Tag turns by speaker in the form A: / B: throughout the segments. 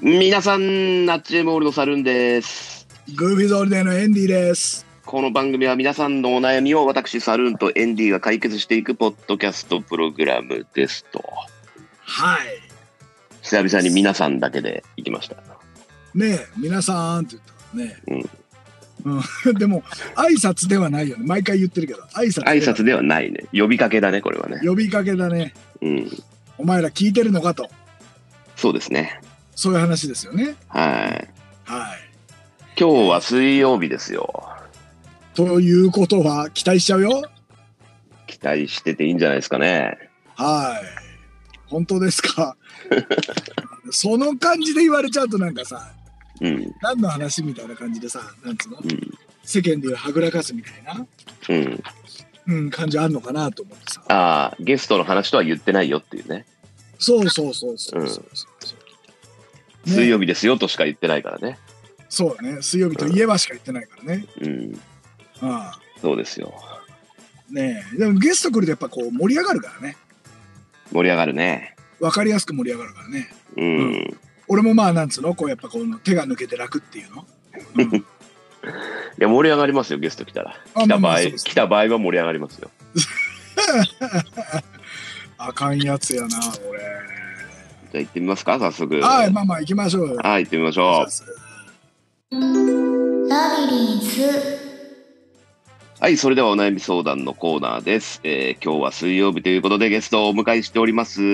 A: 皆さん、ナッチエモールのサルンです。
B: グーフィーズオールデイのエンディです。
A: この番組は皆さんのお悩みを私、サルーンとエンディが解決していくポッドキャストプログラムですと。
B: はい。
A: 久々に皆さんだけで行きました。
B: ねえ、皆さんって言ったからね。うん。 でも、挨拶ではないよね。毎回言ってるけど、挨拶。
A: 挨拶。ではないね。呼びかけだね、これはね。
B: 呼びかけだね。
A: うん。
B: お前ら聞いてるのかと。
A: そうですね。
B: そういう話ですよね。
A: はい。
B: はい。
A: 今日は水曜日ですよ。
B: ということは、期待しちゃうよ。
A: 期待してていいんじゃないですかね。
B: はい。本当ですか。 その感じで言われちゃうとなんかさ、
A: うん。うん。
B: 何の話みたいな感じでさ、なんつうの世間でいうはぐらかすみたいな、
A: うん。
B: うん、感じあんのかなと思ってさ。
A: ああ、ゲストの話とは言ってないよっていうね。
B: そうそうそうそうそうそう、ね
A: 水曜日ですよとしか言ってないからね。
B: そうだね。水曜日といえばしか言ってないからね。
A: うん。
B: ああ
A: そうですよ。
B: ねえでもゲスト来るとやっぱこう盛り上がるからね。
A: 盛り上がるね。
B: わかりやすく盛り上がるからね。
A: うん
B: 俺もまあなんつうのこうやっぱこの手が抜けて楽っていうの。うん、
A: いや、盛り上がりますよ、ゲスト来たら。
B: あ
A: 来た場
B: まあまあ
A: 合、
B: そうですね
A: 来た場合は盛り上がりますよ。
B: あかんやつやな、俺。
A: じゃあ行ってみますか、早速。
B: はい、まあまあ行きましょうよ。
A: はい、行ってみましょう。
C: ラビリンス
A: はい、それではお悩み相談のコーナーです。えー今日は水曜日ということでゲストをお迎えしております。も
B: お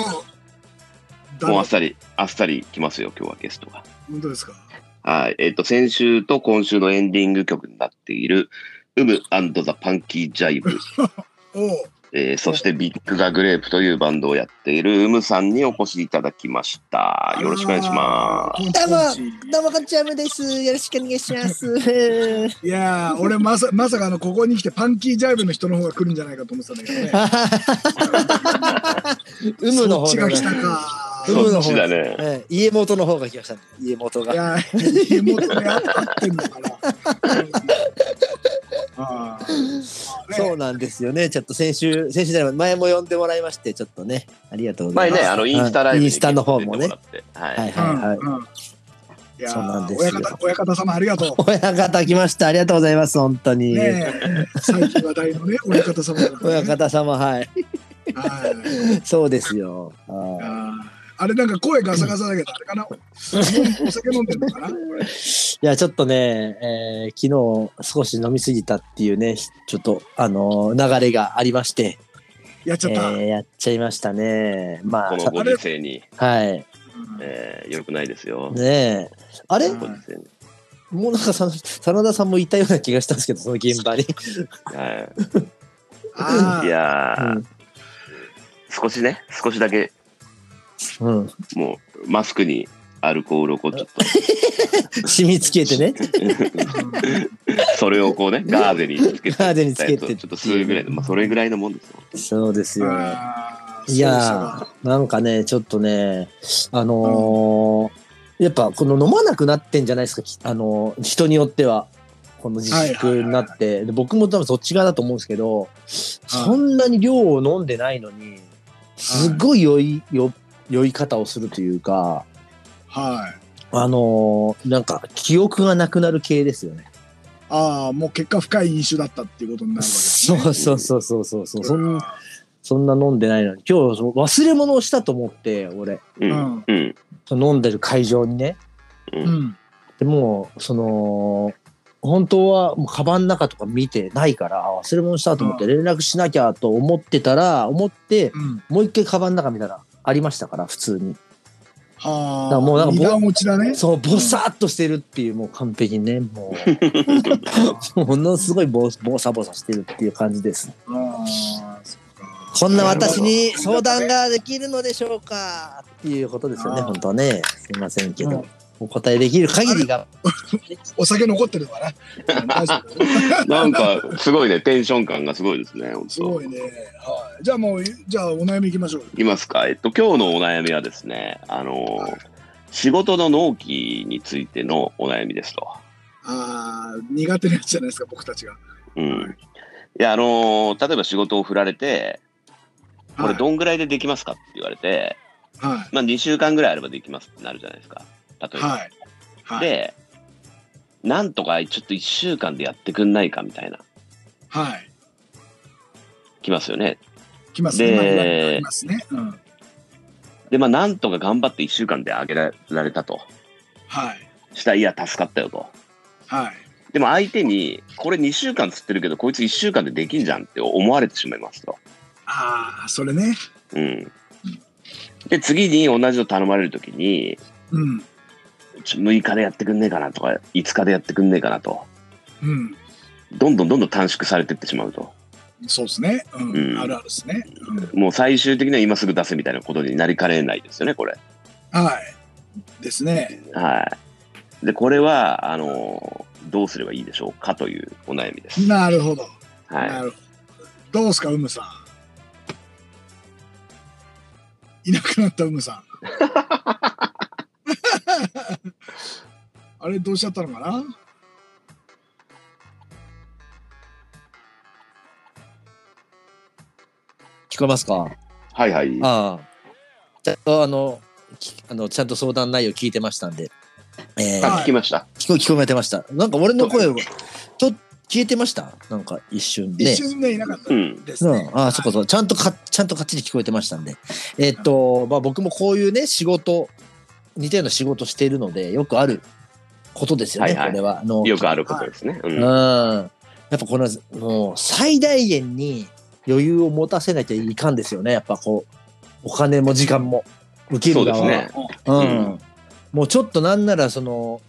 B: お。
A: う
B: だ
A: あっ
B: 本
A: さり、あっさり来ますよ、今日はゲストが。
B: 当ですか。
A: はい、えっ、と、先週と今週のエンディング曲になっている、ウムザ・パンキー・ジャイブ、
B: おお。
A: えーそしてビッグ・ガ・グレープというバンドをやっているウムさんにお越しいただきました。よろしくお願いします。
B: す
D: どうもどうもこんにちはむです。よろしくお願いし ます。
B: いやー、俺まさ、まさかあの、ここに来てパンキージャイブの人の方が来るんじゃないかと思ってたんだけどね。
D: うむの
B: そっちが
D: 方のね
B: 来たか。
D: うむの方
A: そっちだね
D: ええ家元の方が来ましたね。家元
B: い
D: が。
B: や、地元で合ってんのかな。あー
D: そうなんですよね。ちょっと先週先週じゃない前も呼んでもらいましてちょっとねありがとうござ
A: 前
D: います。
A: ね、あのインスタライブ
D: はい
A: に
D: インスタの方もね
A: 出て。らって。は
D: はい
A: い。
D: はいはい。
B: うんうんいや
D: そうなん
B: ー、
D: です
B: 親
D: よ
B: 方、親方様ありがと
D: 親方来ました。ありがとうございます。本当
B: う。
D: に。
B: ねえ、最近話題のね、親方様だから
D: 親
B: ね。
D: 方様はい。
B: はい
D: そうですよ。はい
B: あーあれなんか声ガサガサだけど、あれかなお酒飲んでんのかなこれ
D: いやちょっとね、えー昨日少し飲みすぎたっていうねちょっとあのー流れがありまして。
B: やっちゃった。
D: えーやっちゃいましたね。ま
A: こ
D: あ、
A: の
D: さ
A: ご時世に、
D: はい。
A: えー、よくないですよ。
D: ねえ。あれ
B: うん
A: ご時世に。
D: もうなんかさ、真田さんもいたような気がしたんですけど、その現 場に。
A: は
B: あ
A: い。い
B: ー
A: やー、少しね、少しだけ、
D: うん。うん。
A: もう、マスクにアルコールをこう、ちょっと、
D: 染みつけてね。
A: それをこうね、ガーゼにつけて。
D: ガーゼにつけて
A: ちょっとちょっと吸うぐらいの、まあ、それぐらいのもんですよ。
D: そうですよ。
B: あー
D: いやー、なんかね、ちょっとね、あのーやっぱこの飲まなくなってんじゃないですか、きあのー人によっては。この自粛になって、で僕も多分そっち側だと思うんですけど、そんなに量を飲んでないのに、すごい酔い、酔酔い方をするというか、
B: はい。
D: あのーなんか記憶がなくなる系ですよね。
B: ああ、もう結果深い飲酒だったっていうことになるわけです、
D: そ
B: ね。
D: うそうそうそうそうそう。そん
B: ん
D: そんな飲んでないのに、今日忘れ物をしたと思って、俺、
A: うん。
B: うん
A: うん。
D: その飲んでる会場にね。
B: うん。
D: でもう、その、本当はもうカバンの中とか見てないから、あ忘れ物したと思って連絡しなきゃと思ってたら、思って、
B: うん。
D: もう一回カバンの中見たら、ありましたから、普通に。
B: は
D: だか
B: あ。
D: らもうなんか
B: 二段落ちだね。
D: そう、ぼさっとしてるっていう、もう完璧にね、もう、 ものすごいぼ、ぼさぼさしてるっていう感じです。
B: ああ、そっか。
D: こんな私に
B: なるほど
D: 相談ができるのでしょうかっていうことですよね、
B: あー
D: 本当はね。すいませんけ
B: うん
D: ど、お答えできる限りが、
B: お酒残ってるからな。 大丈夫
A: なんか、すごいね、テンション感がすごいですね、本
B: す
A: 当
B: ごいね。はい。じゃあもう、じゃあお悩みいきましょう。
A: いますか。えっと、今日のお悩みはですね、あのー、仕事の納期についてのお悩みですと。
B: ああ、苦手なやつじゃないですか、僕たちが。
A: うん。いや、あのー例えば仕事を振られて、これ
B: はい
A: どんぐらいでできますかって言われて、
B: はい。
A: まあ、2週間ぐらいあればできますってなるじゃないですか。例えば。
B: はい。はい。
A: で、なんとかちょっと1週間でやってくんないかみたいな、
B: はい。
A: きますよね。
B: 来ます
A: で
B: ね。まあ今来ますね。うん。
A: で、まあ、なんとか頑張って1週間で上げられたと。
B: はい。
A: したら、いや、助かったよと。
B: はい。
A: でも相手に、これ2週間釣ってるけど、こいつ1週間でできんじゃんって思われてしまいますと。
B: ああ、それね。
A: うん。で、次に同じの頼まれるときに、
B: うん。
A: ちょ6日でやってくんねえかなとか、5日でやってくんねえかなと。
B: うん。
A: どんどんどんどん短縮されてってしまうと。
B: そうですね。うん。
A: うん
B: あるあるですね。うん。
A: もう最終的には今すぐ出せみたいなことになりかねないですよね、これ。
B: はい。ですね。
A: はい。で、これは、あの、どうすればいいでしょうかというお悩みです。
B: なるほど。
A: は
B: なるほど。どうすか、うむさん。いなくなったうむさん。 あれ、どうしちゃったのかな
D: 聞こえますか
A: い。はいはい。
D: ああ。ちゃんとあの、きあのちゃんと相談内容聞いてましたんで。えー
A: あ、聞きました。
D: 聞こ聞こえてました。なんか俺の声をと消えてました。なんか一瞬で。
B: 一瞬ね、いなかった
A: うん。
B: です
D: う
B: ね。
D: ん、ああ、そっかそっかちゃんとか、ちゃんとかっちり聞こえてましたんで。えーっと、まあ僕もこういうね、仕事、似たような仕事しているので、よくあることですよね、
A: はいはい
D: これは。あの
A: よくあることですね。う
D: うんん。。やっぱこの、もう最大限に余裕を持たせなきゃいかんですよね。やっぱこう、お金も時間も受け
A: そう
D: る
A: で
D: 側
A: す
D: は。
A: ね。
D: うん。
A: うん
D: もうちょっとなんなら、その、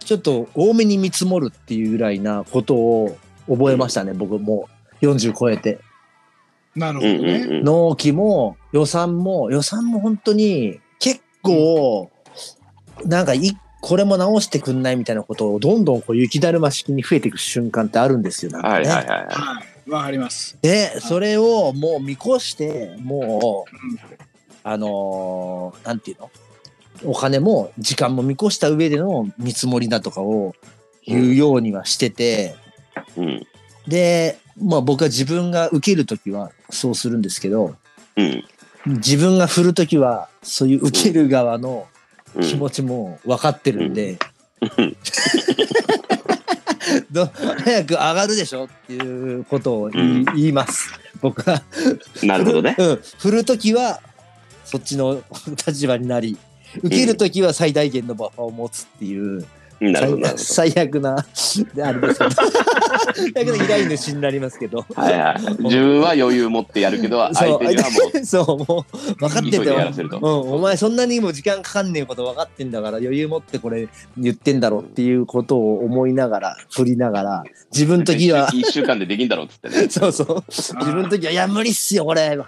D: ちょっと多めに見積もるっていうぐらいなことを覚えましたね、僕もう40超えて。
B: なる
A: うん
B: ほど
A: う
B: ね。
A: ん
D: 納期も予算も予算も本当に結構なんかいこれも直してくんないみたいなことをどんどんこう雪だるま式に増えていく瞬間ってあるんですよ。な
A: うんん。
D: か
A: は
D: ね
A: いはいは
B: はい。わかります。
D: でそれをもう見越してもう
B: うん
D: あのーなんていうのお金も時間も見越した上での見積もりだとかを言うようにはしてて。
A: い。うん。
D: で、まあ僕は自分が受けるときはそうするんですけど、
A: うん。
D: 自分が振るときはそういう受ける側の
A: うん
D: 気持ちも分かってるんで、 ど早く上がるでしょっていうことを言い,、
A: うん
D: 言います。僕は。
A: なるほどね。
D: うん、振るときはそっちの立場になり、受けるときは最大限のバッファーを持つっていう、
A: なるほど、なるほ
D: 最最 悪 な、であれですけど、最悪な依頼主になりますけど。
A: ど。はいはい。自分は余裕持ってやるけど、
D: そ
A: 相
D: う
A: 手にはもう
D: そう、もう、 分かって
A: 急い
D: て
A: でや
D: よ
A: ら。せると
D: う。ん、お前そんなにも時間かかんねえこと分かってんだから余裕持ってこれ言ってんだろうっていうことを思いながら振りながら自分の 時は
A: 一週一週間でできんだろうっつってね。
D: そうそう自分の時はいや無理っすよこれ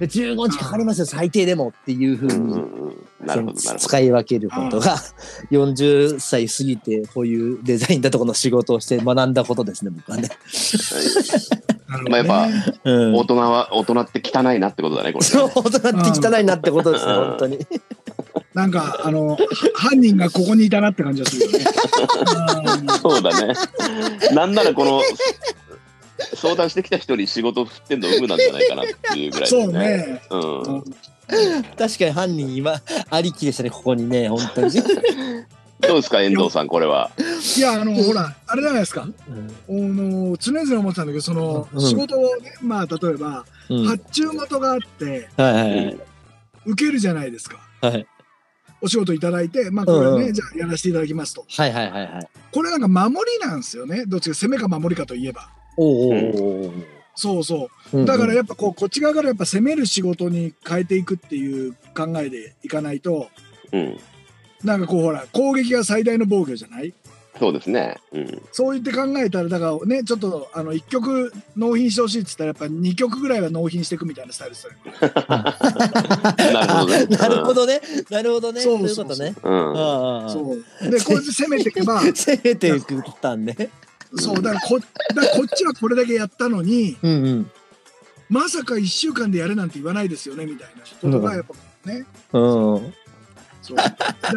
D: 15日かかりますよ最低でもっていう
A: う
D: ふう
A: んう
D: に
A: んうんな
D: そ
A: るほど、な
D: の
A: るほ
D: 使い分けることが 40歳過ぎてこういうデザインだとこの仕事をして学んだことですね僕はね。
A: ど。
B: なるほ
A: まあ
B: ど
A: や
B: ね
A: っぱ、
D: うん
A: 大人は、大人って汚いなってことだね、これね。
D: そう大人って汚いなってことですね本当に。
B: なんか、あの、は犯人がここにいたなって感じが するよね。うん
A: そうだね。なんならこの、相談してきた人に仕事振ってんの有無なんじゃないかなっていうぐらいだ
B: そう
A: よね。
B: ね。
A: うん。
D: 確かに犯人今ありきでしたねここにね本当に、
A: どうですか、遠藤さん、これは。
B: いや、あの、ほら、あれじゃないですか。
D: う
B: あ
D: ん
B: の常々思ってたんだけどその、
D: うん
B: 仕事を、ね、まあ例えば、
D: うんはい
B: 発注元があって
D: はいは
A: う
D: い
A: ん
B: 受けるじゃないですか
D: はい
B: お仕事いただいてまあこれね、
D: うんうん
B: じゃあやらせていただきますと
D: はいはいはいはい
B: これなんか守りなんですよねどっちか攻めか守りかといえば
D: おうおうおうおう
B: そうそ
D: うんう。
B: うんだからやっぱこうこっち側からやっぱ攻める仕事に変えていくっていう考えでいかないと
A: うん。
B: なんかこうほら攻撃が最大の防御じゃない
A: そうですね。うん。
B: そう言って考えたらだからねちょっとあの1曲納品してほしいっつったらやっぱ2曲ぐらいは納品していくみたいなスタイルですよね
A: なるほどね
D: なるほどねなるほどねそ
B: そうう
D: いう
B: そ
D: こ
B: う
D: と
B: そう
D: ね
A: うん。うん
D: ああ
B: そう。で、これで攻めていけ ば、
D: 攻めていくったんね
B: そう、だからこ、だからこっちはこれだけやったのに、
D: うんうん
B: まさか1週間でやれなんて言わないですよね、みたいなことが、やっぱ、
D: うん
B: そう。だだか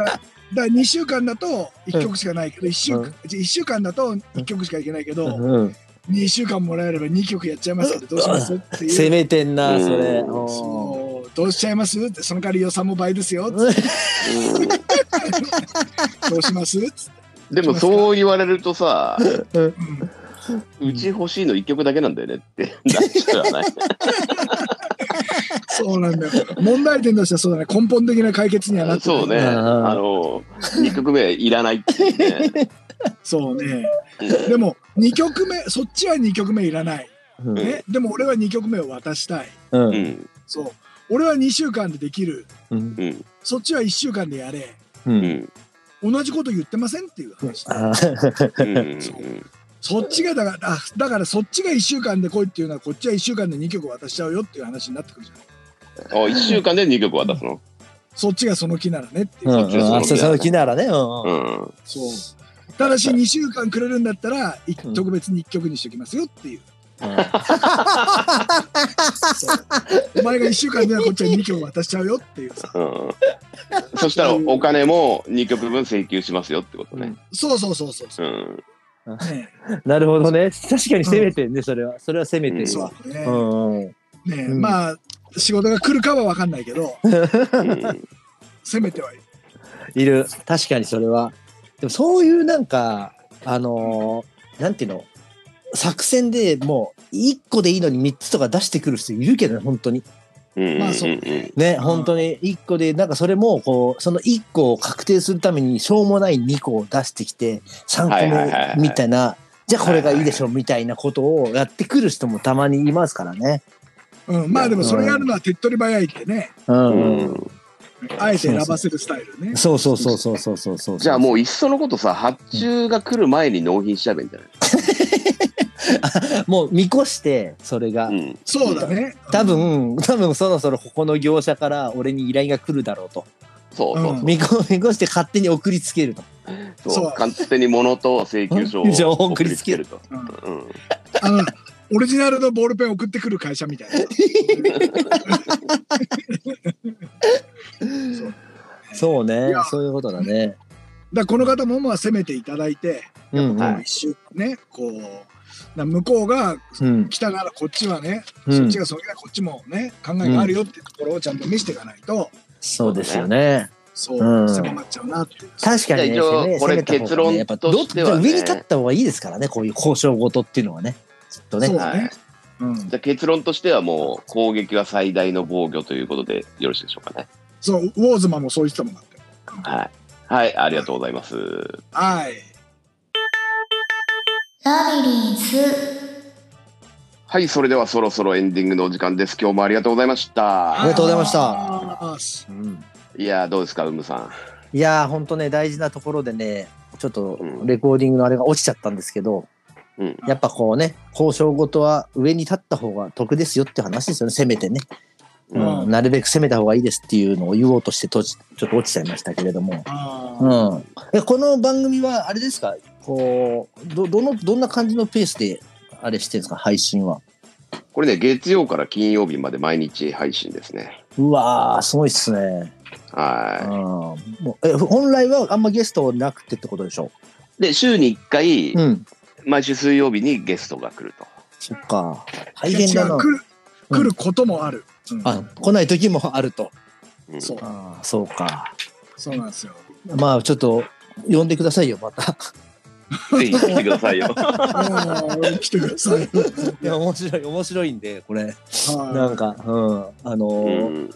B: ら2週間だと1曲しかないけど、1週
D: うん
B: 間、一週間だと1曲しかいけないけど、
D: うん
B: 2週間もらえれば2曲やっちゃいますけど、どうしますっていう。
D: 攻めてんなそれ
A: うん
D: おう
B: そうどうしちゃいますって、その代わり予算も倍ですよ。どうしますつって
A: でもそう言われるとさ、
B: うん
A: うち欲しいの一曲だけなんだよねってなっちゃわない。
B: そうなんだよ。問題点としてはそうだね。根本的な解決にはなってない
A: そうね。
D: うん
A: あの、2曲目いらないっていうね。
B: そうね。でも、2曲目、そっちは2曲目いらない。
D: うん
B: ね。でも俺は2曲目を渡したい。
D: う
A: うんん、
B: そう。俺は2週間でできる。
D: うん
A: うん、
B: そっちは1週間でやれ。
D: う
A: うん、うんん、
B: 同じこと言ってませんっていう話。
D: あー
A: うん
B: そっちがだから、あだからそっちが1週間で来いっていうのは、こっちは1週間で2曲渡しちゃうよっていう話になってくるじゃない。
A: あ、1週間で2曲渡すの。
B: そっちがその気ならねっていう
D: う。ん
A: そっちの
D: うんあそうその気ならねうん
A: う
D: うん
A: ん、
B: そう。ただし2週間くれるんだったら、い
D: うん
B: 特別に1曲にしておきますよ っていう。お前が1週間ではこっちは2曲渡しちゃうよっていうさ。
A: うん。そしたらお金も2曲分請求しますよってことね。
B: そうそうそうそうそうう。
A: ん、
B: ね
D: なるほどね確かに攻めてるねそれはそれは攻めて
B: え
D: る
B: そ
D: わ
B: うね。
D: うんうん
B: ねえ、
D: うん
B: まあ、仕事が来るかは分かんないけど、
A: うん、
B: せめてはいる。
D: いる確かにそれはでもそういうなんかあのーなんていうの作戦でもう1個でいいのに3つとか出してくる人いるけどね本当に
A: うん、
B: まあそうね。
D: ね
B: うん
D: 本当に1個でなんかそれもこうその1個を確定するためにしょうもない2個を出してきて3
A: はいはいはいはい
D: 個目みたいなじゃあこれがいいでしょみたいなことをやってくる人もたまにいますからね。
B: うん、まあでもそれやるのは手っ取り早いってね、
D: うん
A: うんうん
B: あえて選ばせるスタイルね。
D: そうそうそうそうそうそうそう。
A: じゃあもういっそのことさ発注が来る前に納品しちゃえばいいんじゃ
D: うもう見越してそれが、
A: ない、うん、
B: そうだね。
D: 多分多分そろそろここの業者から俺に依頼が来るだろうと
A: そうそう
D: 見越見越して勝手に送りつけると。
A: そう
B: そう
A: 勝手に物と請求書
D: うん
A: を
D: 送りつける
A: と、
B: うん、うん
A: うん、
B: あのオリジナルのボールペン送ってくる会社みたいな。そう
D: そうね
B: いや
D: そういうことだね。
B: だからこの方もまあ攻めていただいて、
D: うんうん
B: もう一週ね、こう、な向こうが
D: うん
B: 来たならこっちはね、
D: う
B: そっ
D: ん
B: ちがそれならこっちもね、考えがあるよってところをちゃんと見せていかないと、
D: そうですよね。
B: そうう、
D: ん
B: 狭まっちゃうなっていう。
D: 確かにね、
A: じゃあ一応
D: 攻め
A: これ
D: 攻めた方が
A: 結論
D: ねやっぱ
A: としてはね
D: どっ上に立った方がいいですからね、こういう交渉事っていうのはね。きっと
B: そう
D: ね。
B: だね。うん
A: じゃあ結論としてはもう攻撃は最大の防御ということでよろしいでしょうかね。
B: そう、ウォーズマンもそう言ってたもんだって。
A: はい。はい、ありがとうございます。
B: はい。
C: ラビリンス
A: はい、それではそろそろエンディングのお時間です。今日もありがとうございまし
D: あ
A: た
D: り。がとうございました
B: た。
D: うん
A: いやー、どうですか、うむさん。
D: いやー、ほんとね、大事なところでね、ちょっと
A: うん
D: レコーディングのあれが落ちちゃったんですけど、
A: うん
D: やっぱこうね、交渉事は上に立った方が得ですよって話ですよね、せめてね。うん
B: うん
D: なるべく攻めた方がいいですっていうのを言おうとしてとち、ちょっと落ちちゃいましたけれども。
B: あ
D: う
B: ー
D: ん、えこの番組はあれですかこうどどのどんな感じのペースであれしてるんですか配信は
A: これね、月曜から金曜日まで毎日配信ですね。
D: うわーすごいっすね、うん
A: は
D: もうえ本来はあんまゲストなくてってことでしょ
A: い。で、週に1回、
D: うん
A: 毎週水曜日にゲストが来ると。
D: そっか大
B: いや違
D: 変だ
B: う
D: な
B: 来る
D: うん
B: 来ることもある。うん
D: あ来ない時もあると
A: うん
B: そう
D: あーそうか
B: そうなんですよ。
D: まあちょっと呼んでくださいよまた
A: ぜひ来てくださいよ。
B: うん来てくだ さい。
D: いや面白い面白いんでこれな
B: は
D: んかうんあの
A: う
D: ー
A: ん、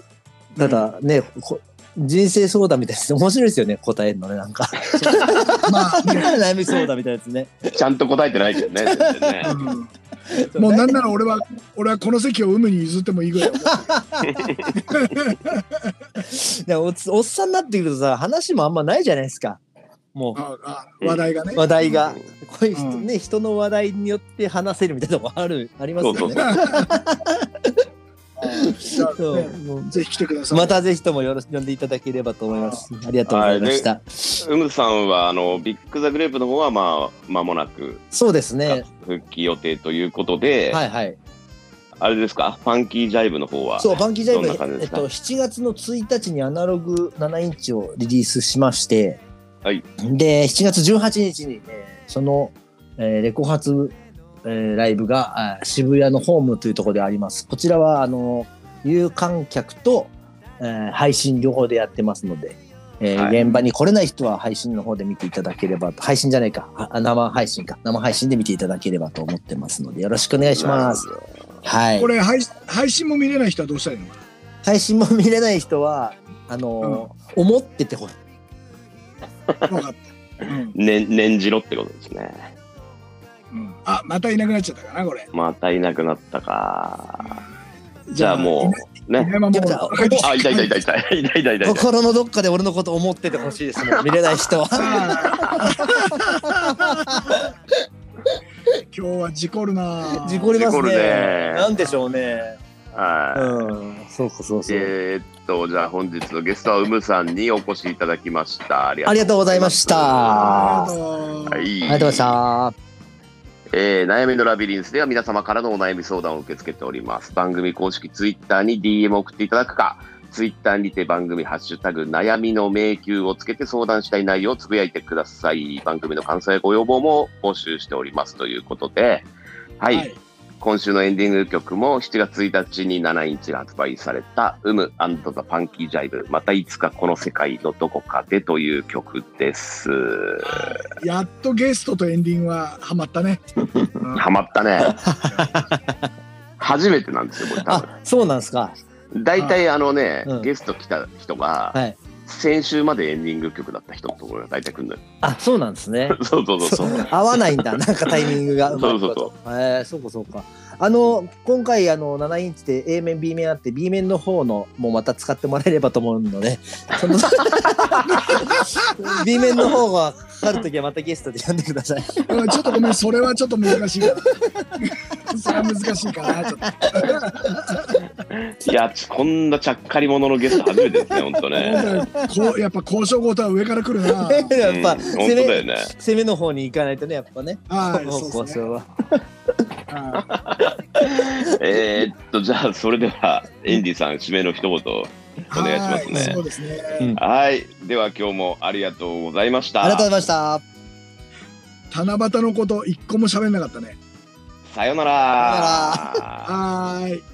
D: ただねこ人生相談みたいです面白いですよね答えるのねなんか
B: いまあね。
D: 悩み相談みたいなやつ ね。
A: ちゃんと答えてないけどね。全然ね
B: うんもうなんなら俺は俺はこの席を有無に譲ってもいいぐらい思
D: でもおっおっさんになってくるとさ、話もあんまないじゃないですか。も
B: うああ話題がね
D: う、話題 が。
A: うん
D: こういう人、
B: うん
D: ね、人の話題によって話せるみたいなとこある、あります
A: そ
D: よ
A: う
D: ね。
A: そうそう。
B: じゃあね
D: そうもう
B: ぜひ来てください。
D: またぜひともよろし呼んでいただければと思います。ありがとうございました。
A: うむさんはあのビッグザグレープの方はまあ間もなく
D: そうですね。
A: 復帰予定ということで、
D: はいはい。
A: あれですかファンキージャイブの方は
D: そう、バンキージャイブ
A: どんな感じ、
D: え
A: で
D: っ
A: すか
D: と、7月の1日にアナログ7インチをリリースしまして、
A: はい
D: で、7月18日に、えーその、えーレコ発、えーライブがあー渋谷のホームというところであります。こちらは、あの、有観客と、えー配信両方でやってますので、えー
A: はい
D: 現場に来れない人は配信の方で見ていただければと配信じゃないかああ生配信か生配信で見ていただければと思ってますのでよろしくお願いします。はい
B: こ、れ配配信も見れない人はどうしたらいいのかな
D: 配信も見れない人はあのー思っててほしい
B: 分かった、うん
A: ね、念じろってことですね。
B: うん、あまたいなくなっちゃったかなこれ
A: またいなくなったか。じゃあもう、
B: う
A: ね。
B: 山本
D: じゃあ
A: あ、いたいたいたいた。いたいたいたいた。
D: 心のどっかで俺のこと思っててほしいで すもん見れない 人は
B: 今日は事故るな
D: 事故ります
A: 事故る
D: ね
A: ね
D: なんでしょうね
A: は
D: うんそうかそう
A: い。
D: そう、
A: えーっと、じゃあ本日のゲストはうむさんにお越しいただきました。あり
D: ありがとうございました
B: あり
D: あ
B: がとう
A: はい。あり
D: ありがとうございました
A: えー悩みのラビリンスでは皆様からのお悩み相談を受け付けております。番組公式ツイッターに DM を送っていただくか、ツイッターにて番組ハッシュタグ悩みの迷宮をつけて相談したい内容をつぶやいてください。番組の感想やご要望も募集しておりますということで、はい、
B: はい
A: 今週のエンディング曲も7月1日に7インチが発売された「UM and the Punky Jive またいつかこの世界のどこかで」という曲です。
B: やっとゲストとエンディングはハマったね、うん
A: ハマった ね。初めてなんですよ、これ多分。
D: あそうなんですか
A: 大体あのね、
D: うん
A: ゲスト来た人が、
D: はい
A: 先週までエンディング曲だった人のところが大体来るのよ。
D: あそうなんですね
A: そうそうそうそう。
D: 合わない んだなんかタイミングが
A: そうう
D: ま
A: そ
D: いう
A: そう
D: ことえーそうかそうかあの今回あの7インチで A 面 B 面あって B 面の方のもまた使ってもらえればと思うのでそ の B 面の方がかかるときはまたゲストで呼んでください
B: うんちょっとごめんそれはちょっと難しい かなそれは難しいかなちょっと
A: いや、こんなちゃっかり者のゲスト初めてですね、ほんとね。
B: こうやっぱ交渉事は上から来るな
D: やっ
A: う
D: ぱ、
A: ん、本当
D: 攻
A: だよ
D: め
A: ね。
D: 攻めの方に行かないとねやっぱね
B: はいそう
D: 交
B: ですね
D: 渉は
B: は
A: えー、っと、じゃあ、それでは、エンディさん、締めの一 言。
B: い
A: お願いしますね
B: はいそうですね
A: はい。では、今日もありがとうございました。
D: ありがとうございました
B: 七夕のこと一個も喋んなかったね
A: さよな
D: さよ
A: ら。
B: はーい